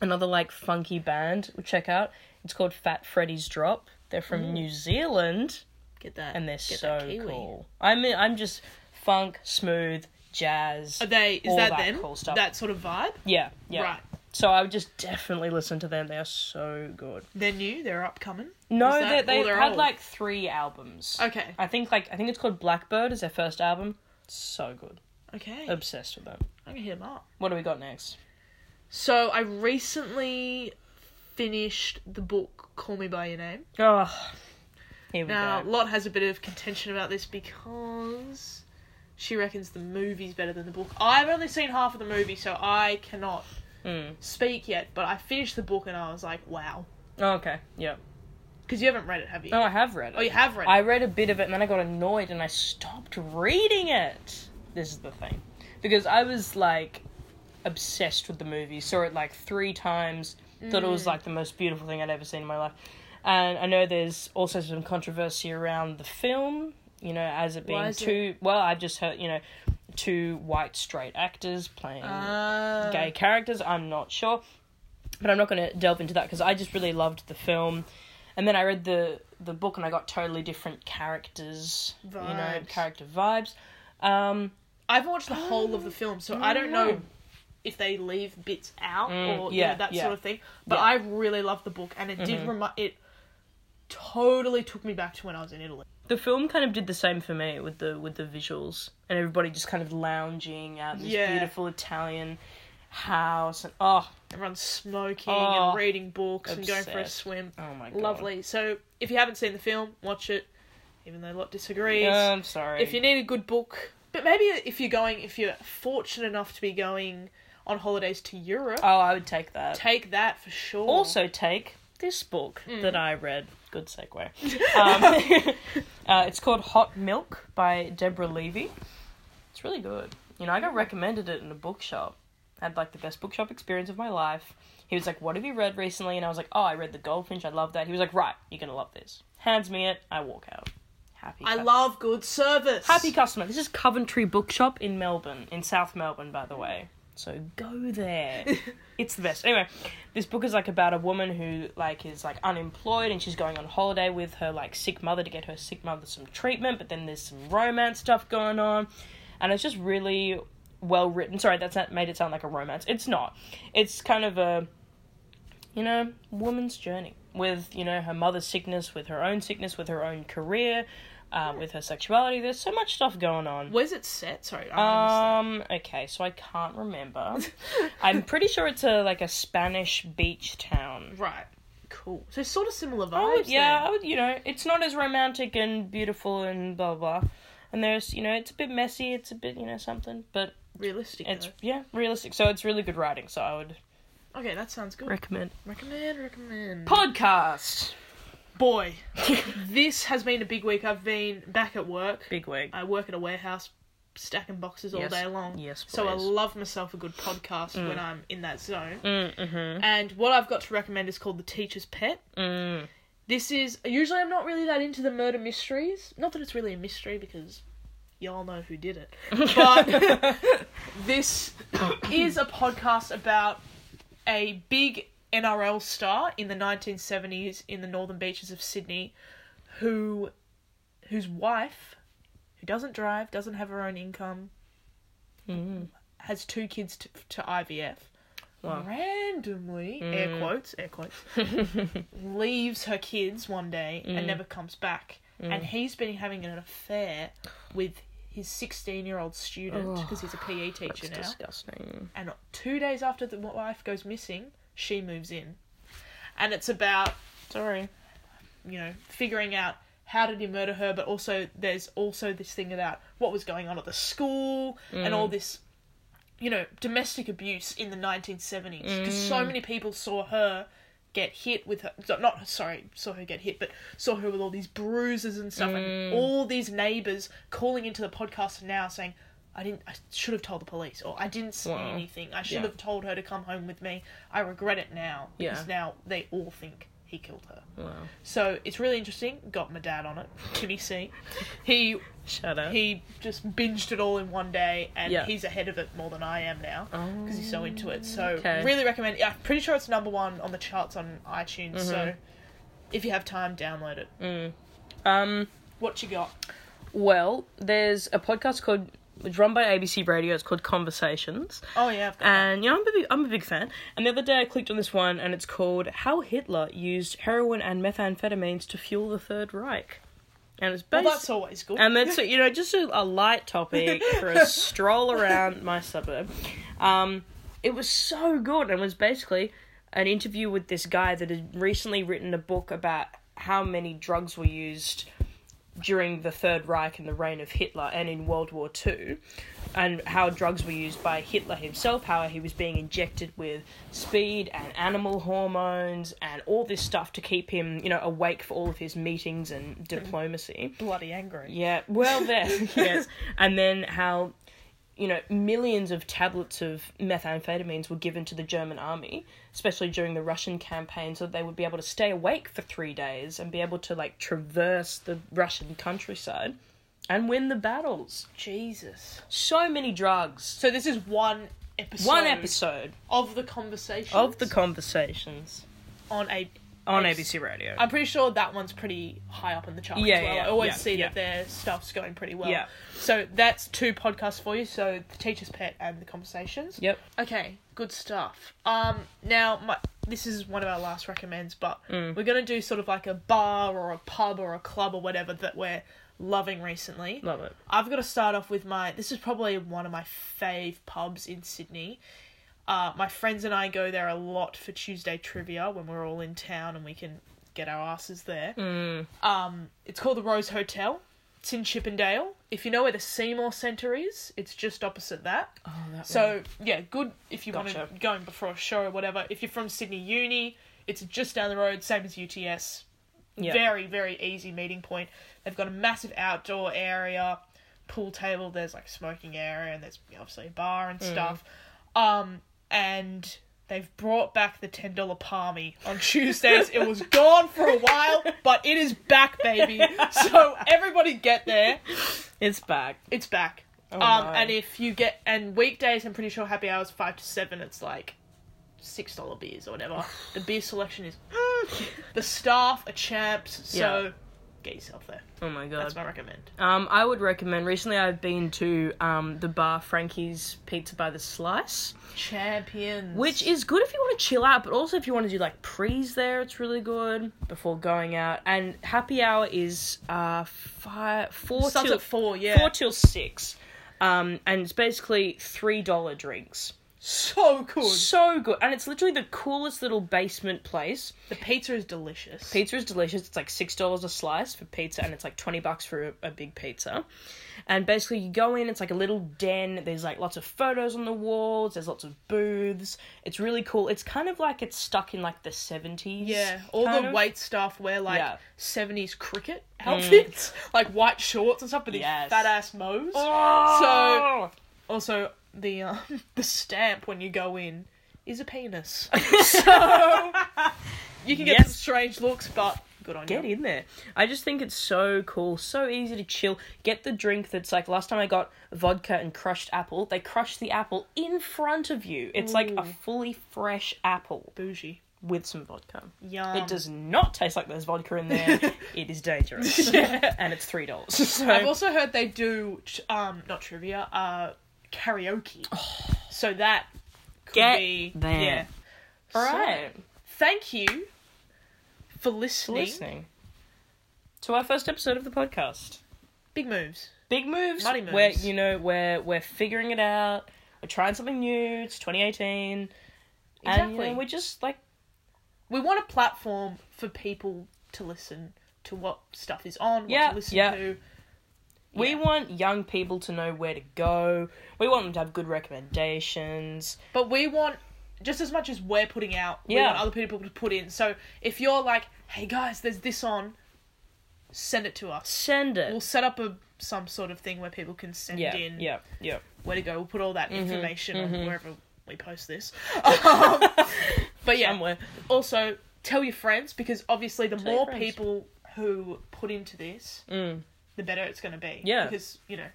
[SPEAKER 1] another like funky band, check out. It's called Fat Freddy's Drop. They're from New Zealand
[SPEAKER 2] Get that.
[SPEAKER 1] and they're
[SPEAKER 2] Mm. get that
[SPEAKER 1] so
[SPEAKER 2] Kiwi.
[SPEAKER 1] cool. I'm I'm just funk, smooth, jazz.
[SPEAKER 2] Are they? Is
[SPEAKER 1] all
[SPEAKER 2] that,
[SPEAKER 1] that
[SPEAKER 2] them?
[SPEAKER 1] cool stuff.
[SPEAKER 2] That sort of vibe.
[SPEAKER 1] yeah, yeah.
[SPEAKER 2] Right.
[SPEAKER 1] So I would just definitely listen to them. They are so good.
[SPEAKER 2] They're new. They're upcoming.
[SPEAKER 1] No,
[SPEAKER 2] Is that-
[SPEAKER 1] they they
[SPEAKER 2] or they're
[SPEAKER 1] had
[SPEAKER 2] old?
[SPEAKER 1] like three albums.
[SPEAKER 2] Okay.
[SPEAKER 1] I think like I think it's called Blackbird is their first album. So good.
[SPEAKER 2] Okay. I'm
[SPEAKER 1] Obsessed with them.
[SPEAKER 2] gonna hit them up.
[SPEAKER 1] What do we got next?
[SPEAKER 2] So I recently finished the book Call Me by Your Name.
[SPEAKER 1] Oh, here we
[SPEAKER 2] Now,
[SPEAKER 1] go.
[SPEAKER 2] Lot has a bit of contention about this because she reckons the movie's better than the book. I've only seen half of the movie, so I cannot Hmm.
[SPEAKER 1] Mm.
[SPEAKER 2] speak yet. But I finished the book and I was like, wow.
[SPEAKER 1] Oh, okay. Yeah.
[SPEAKER 2] Because you haven't read it, have you?
[SPEAKER 1] Oh, I have read it.
[SPEAKER 2] Oh, you have read it.
[SPEAKER 1] I read a bit of it and then I got annoyed and I stopped reading it. This is the thing. Because I was like obsessed with the movie, saw it like three times, thought
[SPEAKER 2] Mm.
[SPEAKER 1] it was like the most beautiful thing I'd ever seen in my life. And I know there's also some controversy around the film, you know, as it being
[SPEAKER 2] is
[SPEAKER 1] too well, I've just heard, you know, two white straight actors playing
[SPEAKER 2] Ah.
[SPEAKER 1] gay characters. I'm not sure, but I'm not going to delve into that because I just really loved the film, and then I read the the book and I got totally different characters, you know,
[SPEAKER 2] Vibes.
[SPEAKER 1] character vibes. Um,
[SPEAKER 2] I haven't watched the whole of the film, so I don't know if they leave bits out or you know,
[SPEAKER 1] Mm, yeah,
[SPEAKER 2] that
[SPEAKER 1] yeah.
[SPEAKER 2] sort of thing. But
[SPEAKER 1] Yeah. Mm-hmm.
[SPEAKER 2] I really love the book, and it did remind it totally took me back to when I was in Italy.
[SPEAKER 1] the film kind of did the same for me with the with the visuals and everybody just kind of lounging out in this
[SPEAKER 2] Yeah.
[SPEAKER 1] beautiful Italian house and oh
[SPEAKER 2] Everyone smoking
[SPEAKER 1] Oh,
[SPEAKER 2] and reading books and going for a
[SPEAKER 1] obsessed.
[SPEAKER 2] swim.
[SPEAKER 1] oh my god,
[SPEAKER 2] Lovely. So if you haven't seen the film, watch it. Even though a lot disagrees.
[SPEAKER 1] Yeah, I'm sorry.
[SPEAKER 2] if you need a good book, but maybe if you're going, if you're fortunate enough to be going on holidays to Europe,
[SPEAKER 1] oh, I would take that.
[SPEAKER 2] take that for sure. Mm.
[SPEAKER 1] also take this book that I read. Good segue. Um, uh, it's called Hot Milk by Deborah Levy. It's really good. You know, I got recommended it in a bookshop. I had like the best bookshop experience of my life. He was like, "What have you read recently?" And I was like, "Oh, I read The Goldfinch. I love that." He was like, "Right, you're gonna love this." Hands me it. I walk out. Happy.
[SPEAKER 2] I
[SPEAKER 1] cu-
[SPEAKER 2] love good service.
[SPEAKER 1] happy customer. This is Coventry Bookshop in Melbourne, in South Melbourne, by the way. So go there. it's the best. Anyway, this book is like about a woman who like is like unemployed and she's going on holiday with her like sick mother to get her sick mother some treatment, but then there's some romance stuff going on. And it's just really well written. Sorry, that's not made it sound like a romance. It's not. It's kind of a you know, woman's journey with, you know, her mother's sickness, with her own sickness, with her own career, uh, with her sexuality. There's so much stuff going on.
[SPEAKER 2] Where's it set? Sorry, I
[SPEAKER 1] Um. Okay, so I can't remember. I'm pretty sure it's a like a Spanish beach town.
[SPEAKER 2] understand. Right. Cool. So sort of similar vibes.
[SPEAKER 1] I would, Oh, yeah, I
[SPEAKER 2] then.
[SPEAKER 1] would, you know, it's not as romantic and beautiful and blah blah. blah. And there's, you know, it's a bit messy. It's a bit, you know, something, but
[SPEAKER 2] Realistic.
[SPEAKER 1] it's
[SPEAKER 2] though.
[SPEAKER 1] yeah, realistic. So it's really good writing. So I would
[SPEAKER 2] Okay, that sounds good.
[SPEAKER 1] recommend
[SPEAKER 2] recommend, recommend.
[SPEAKER 1] podcast.
[SPEAKER 2] Boy, this has been a big week. I've been back at work.
[SPEAKER 1] Big wig.
[SPEAKER 2] I work at a warehouse stacking boxes all
[SPEAKER 1] Yes.
[SPEAKER 2] day long.
[SPEAKER 1] Yes,
[SPEAKER 2] So I
[SPEAKER 1] please. Mm.
[SPEAKER 2] love myself a good podcast when I'm in that zone.
[SPEAKER 1] Mm-hmm.
[SPEAKER 2] And what I've got to recommend is called The Teacher's Pet.
[SPEAKER 1] Mm.
[SPEAKER 2] This is usually I'm not really that into the murder mysteries. Not that it's really a mystery because y'all know who did it. But this is a podcast about a big NRL star in the 1970s in the northern beaches of Sydney who whose wife who doesn't drive, doesn't have her own income, has two kids to, to IVF.
[SPEAKER 1] Wow.
[SPEAKER 2] Randomly, air quotes, air quotes, leaves her kids one day and never comes back. And he's been having an affair with his 16 year old student because he's a PE teacher
[SPEAKER 1] It's
[SPEAKER 2] now.
[SPEAKER 1] disgusting.
[SPEAKER 2] And two days after the wife goes missing, she moves in. And it's about
[SPEAKER 1] Sorry.
[SPEAKER 2] you know, figuring out how did he murder her, but also there's also this thing about what was going on at the school and
[SPEAKER 1] Mm.
[SPEAKER 2] all this, you know, domestic abuse in the 1970s because
[SPEAKER 1] Mm.
[SPEAKER 2] so many people saw her get hit with her so- not sorry saw her get hit but saw her with all these bruises and stuff
[SPEAKER 1] Mm.
[SPEAKER 2] and all these neighbors calling into the podcast now saying i didn't i should have told the police or i didn't say
[SPEAKER 1] Wow.
[SPEAKER 2] anything i should
[SPEAKER 1] Yeah.
[SPEAKER 2] have told her to come home with me i regret it now because
[SPEAKER 1] Yeah.
[SPEAKER 2] now they all think he killed her
[SPEAKER 1] Wow.
[SPEAKER 2] so it's really interesting. Got my dad on it, Timmy C. He
[SPEAKER 1] Shut up.
[SPEAKER 2] he just binged it all in one day, and
[SPEAKER 1] Yeah.
[SPEAKER 2] he's ahead of it more than I am now because he's so into it. So
[SPEAKER 1] Okay.
[SPEAKER 2] really recommend. Yeah, I'm pretty sure it's number one on the charts on iTunes. So
[SPEAKER 1] Mm-hmm.
[SPEAKER 2] if you have time, download it.
[SPEAKER 1] Mm. Um.
[SPEAKER 2] What you got?
[SPEAKER 1] Well, there's a podcast called it's run by ABC Radio. It's called Conversations.
[SPEAKER 2] Oh yeah, I've got
[SPEAKER 1] And you know, I'm a big, I'm a big fan. And the other day I clicked on this one, and it's called "How Hitler Used Heroin and Methamphetamines to Fuel the Third Reich," and it's
[SPEAKER 2] well,
[SPEAKER 1] based.
[SPEAKER 2] that's always good.
[SPEAKER 1] and that's you know just a, a light topic for a stroll around my suburb. Um, it was so good, and was basically an interview with this guy that had recently written a book about how many drugs were used during the Third Reich and the reign of Hitler and in World War Two, and how drugs were used by Hitler himself, how he was being injected with speed and animal hormones and all this stuff to keep him, you know, awake for all of his meetings and diplomacy.
[SPEAKER 2] Bloody angry.
[SPEAKER 1] Yeah, well, there, yes. And then how, you know, millions of tablets of methamphetamines were given to the German army, especially during the Russian campaign, so that they would be able to stay awake for three days and be able to, like, traverse the Russian countryside and win the battles.
[SPEAKER 2] Jesus.
[SPEAKER 1] So many drugs.
[SPEAKER 2] So this is one episode.
[SPEAKER 1] One episode
[SPEAKER 2] of the conversation
[SPEAKER 1] of the conversations
[SPEAKER 2] on a
[SPEAKER 1] on
[SPEAKER 2] Yes.
[SPEAKER 1] ABC Radio.
[SPEAKER 2] I'm pretty sure that one's pretty high up in the chart.
[SPEAKER 1] Yeah,
[SPEAKER 2] as well.
[SPEAKER 1] yeah,
[SPEAKER 2] I always
[SPEAKER 1] yeah,
[SPEAKER 2] see
[SPEAKER 1] yeah.
[SPEAKER 2] that their stuff's going pretty well.
[SPEAKER 1] Yeah.
[SPEAKER 2] So that's two podcasts for you. So the teacher's pet and the conversations.
[SPEAKER 1] Yep.
[SPEAKER 2] Okay, good stuff. Um, now my this is one of our last recommends, but
[SPEAKER 1] Mm.
[SPEAKER 2] we're gonna do sort of like a bar or a pub or a club or whatever that we're loving recently.
[SPEAKER 1] Love it.
[SPEAKER 2] I've got to start off with my. This is probably one of my fave pubs in Sydney. Uh, my friends and I go there a lot for Tuesday trivia when we're all in town and we can get our asses there.
[SPEAKER 1] Hmm.
[SPEAKER 2] Um, it's called the Rose Hotel. It's in Chippendale. If you know where the Seymour Centre is, it's just opposite that.
[SPEAKER 1] Oh, that
[SPEAKER 2] So yeah, good if you
[SPEAKER 1] Gotcha.
[SPEAKER 2] want to go in before a show or whatever. If you're from Sydney Uni, it's just down the road, same as UTS.
[SPEAKER 1] Yeah.
[SPEAKER 2] Very very easy meeting point. They've got a massive outdoor area, pool table. There's like smoking area and there's obviously a bar and stuff. Um, and they've brought back the ten dollar palmy on Tuesdays. it was gone for a while, but it is back, baby. So everybody get there.
[SPEAKER 1] it's back.
[SPEAKER 2] It's back. um,
[SPEAKER 1] no.
[SPEAKER 2] and if you get and weekdays, I'm pretty sure happy hours five to seven. It's like six dollar beers or whatever. the beer selection is. Mm. the staff are champs, so get yourself there.
[SPEAKER 1] Oh my god.
[SPEAKER 2] That's my recommend.
[SPEAKER 1] Um, I would recommend. Recently, I've been to um, the bar Frankie's Pizza by the Slice,
[SPEAKER 2] Champions.
[SPEAKER 1] which is good if you want to chill out, but also if you want to do like pre's there, it's really good before going out. And happy hour is uh five four
[SPEAKER 2] starts
[SPEAKER 1] till
[SPEAKER 2] at four, yeah.
[SPEAKER 1] four till six, um, and it's basically three dollar drinks.
[SPEAKER 2] so good.
[SPEAKER 1] So good, and it's literally the coolest little basement place.
[SPEAKER 2] The pizza is delicious.
[SPEAKER 1] Pizza is delicious. It's like six dollars a slice for pizza, and it's like twenty bucks for a, a big pizza. And basically, you go in. It's like a little den. There's like lots of photos on the walls. There's lots of booths. It's really cool. It's kind of like it's stuck in like the seventies.
[SPEAKER 2] yeah, all
[SPEAKER 1] kind
[SPEAKER 2] the
[SPEAKER 1] of.
[SPEAKER 2] wait staff wear like
[SPEAKER 1] Yeah. Mm.
[SPEAKER 2] 70s cricket outfits, like white shorts and stuff, but
[SPEAKER 1] Yes.
[SPEAKER 2] these fat ass mows.
[SPEAKER 1] Oh!
[SPEAKER 2] Also, the um, the stamp when you go in is a penis.
[SPEAKER 1] so
[SPEAKER 2] You can get
[SPEAKER 1] Yes.
[SPEAKER 2] some strange looks, but good on
[SPEAKER 1] get
[SPEAKER 2] you.
[SPEAKER 1] in there. I just think it's so cool, so easy to chill. Get the drink that's like last time I got vodka and crushed apple. They crush the apple in front of you. It's like a
[SPEAKER 2] Ooh.
[SPEAKER 1] fully fresh apple
[SPEAKER 2] Bougie.
[SPEAKER 1] with some vodka.
[SPEAKER 2] Yum.
[SPEAKER 1] It does not taste like there's vodka in there. it is dangerous.
[SPEAKER 2] Yeah.
[SPEAKER 1] And it's three dollars. So
[SPEAKER 2] I've also heard they do ch- um not trivia, uh karaoke. So that could
[SPEAKER 1] Oh. Get
[SPEAKER 2] be
[SPEAKER 1] there.
[SPEAKER 2] yeah.
[SPEAKER 1] all right.
[SPEAKER 2] Thank you for listening.
[SPEAKER 1] Listening to our first episode of the podcast.
[SPEAKER 2] Big moves.
[SPEAKER 1] Big moves.
[SPEAKER 2] Money moves.
[SPEAKER 1] Where you know we're we're figuring it out. We're trying something new. It's 2018. And you
[SPEAKER 2] Exactly.
[SPEAKER 1] know, we're just like
[SPEAKER 2] We want a platform for people to listen to what stuff is on, what
[SPEAKER 1] Yeah,
[SPEAKER 2] to listen
[SPEAKER 1] yeah.
[SPEAKER 2] to.
[SPEAKER 1] we
[SPEAKER 2] Yeah.
[SPEAKER 1] want young people to know where to go. We want them to have good recommendations.
[SPEAKER 2] But we want just as much as we're putting out, we
[SPEAKER 1] Yeah.
[SPEAKER 2] want other people to put in. So if you're like, hey guys, there's this on, send it to us.
[SPEAKER 1] Send it.
[SPEAKER 2] We'll set up a some sort of thing where people can send
[SPEAKER 1] yeah,
[SPEAKER 2] in
[SPEAKER 1] yeah, Mm-hmm, yeah.
[SPEAKER 2] where to go. We'll put all that information on wherever we post this. Um, but yeah,
[SPEAKER 1] Somewhere.
[SPEAKER 2] also tell your friends because obviously the
[SPEAKER 1] your
[SPEAKER 2] more
[SPEAKER 1] friends.
[SPEAKER 2] people who put into this,
[SPEAKER 1] Mm.
[SPEAKER 2] the better it's going to be.
[SPEAKER 1] Yeah.
[SPEAKER 2] Because, you know,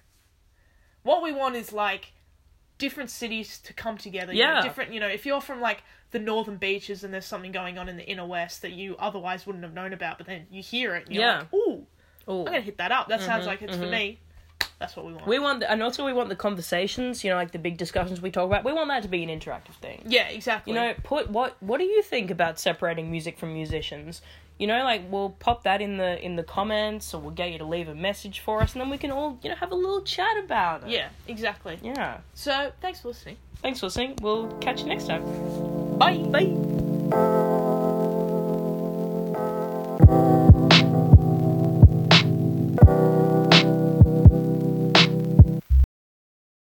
[SPEAKER 2] what we want is like different cities to come together. you know,
[SPEAKER 1] Yeah.
[SPEAKER 2] different, you know, if you're from like the northern beaches and there's something going on in the inner west that you otherwise wouldn't have known about, but then you hear it and you're
[SPEAKER 1] Yeah.
[SPEAKER 2] like, ooh,
[SPEAKER 1] Ooh.
[SPEAKER 2] I'm going to hit that up. That sounds like it's for me. That's what we want.
[SPEAKER 1] We want, the, and also we want the conversations, you know, like the big discussions we talk about. We want that to be an interactive thing.
[SPEAKER 2] yeah, exactly.
[SPEAKER 1] You know, put what what do you think about separating music from musicians? You know, like we'll pop that in the in the comments, or we'll get you to leave a message for us, and then we can all you know have a little chat about it.
[SPEAKER 2] yeah, exactly.
[SPEAKER 1] yeah.
[SPEAKER 2] So, thanks for listening.
[SPEAKER 1] Thanks for listening. We'll catch you next time.
[SPEAKER 2] Bye. Bye.
[SPEAKER 1] Bye.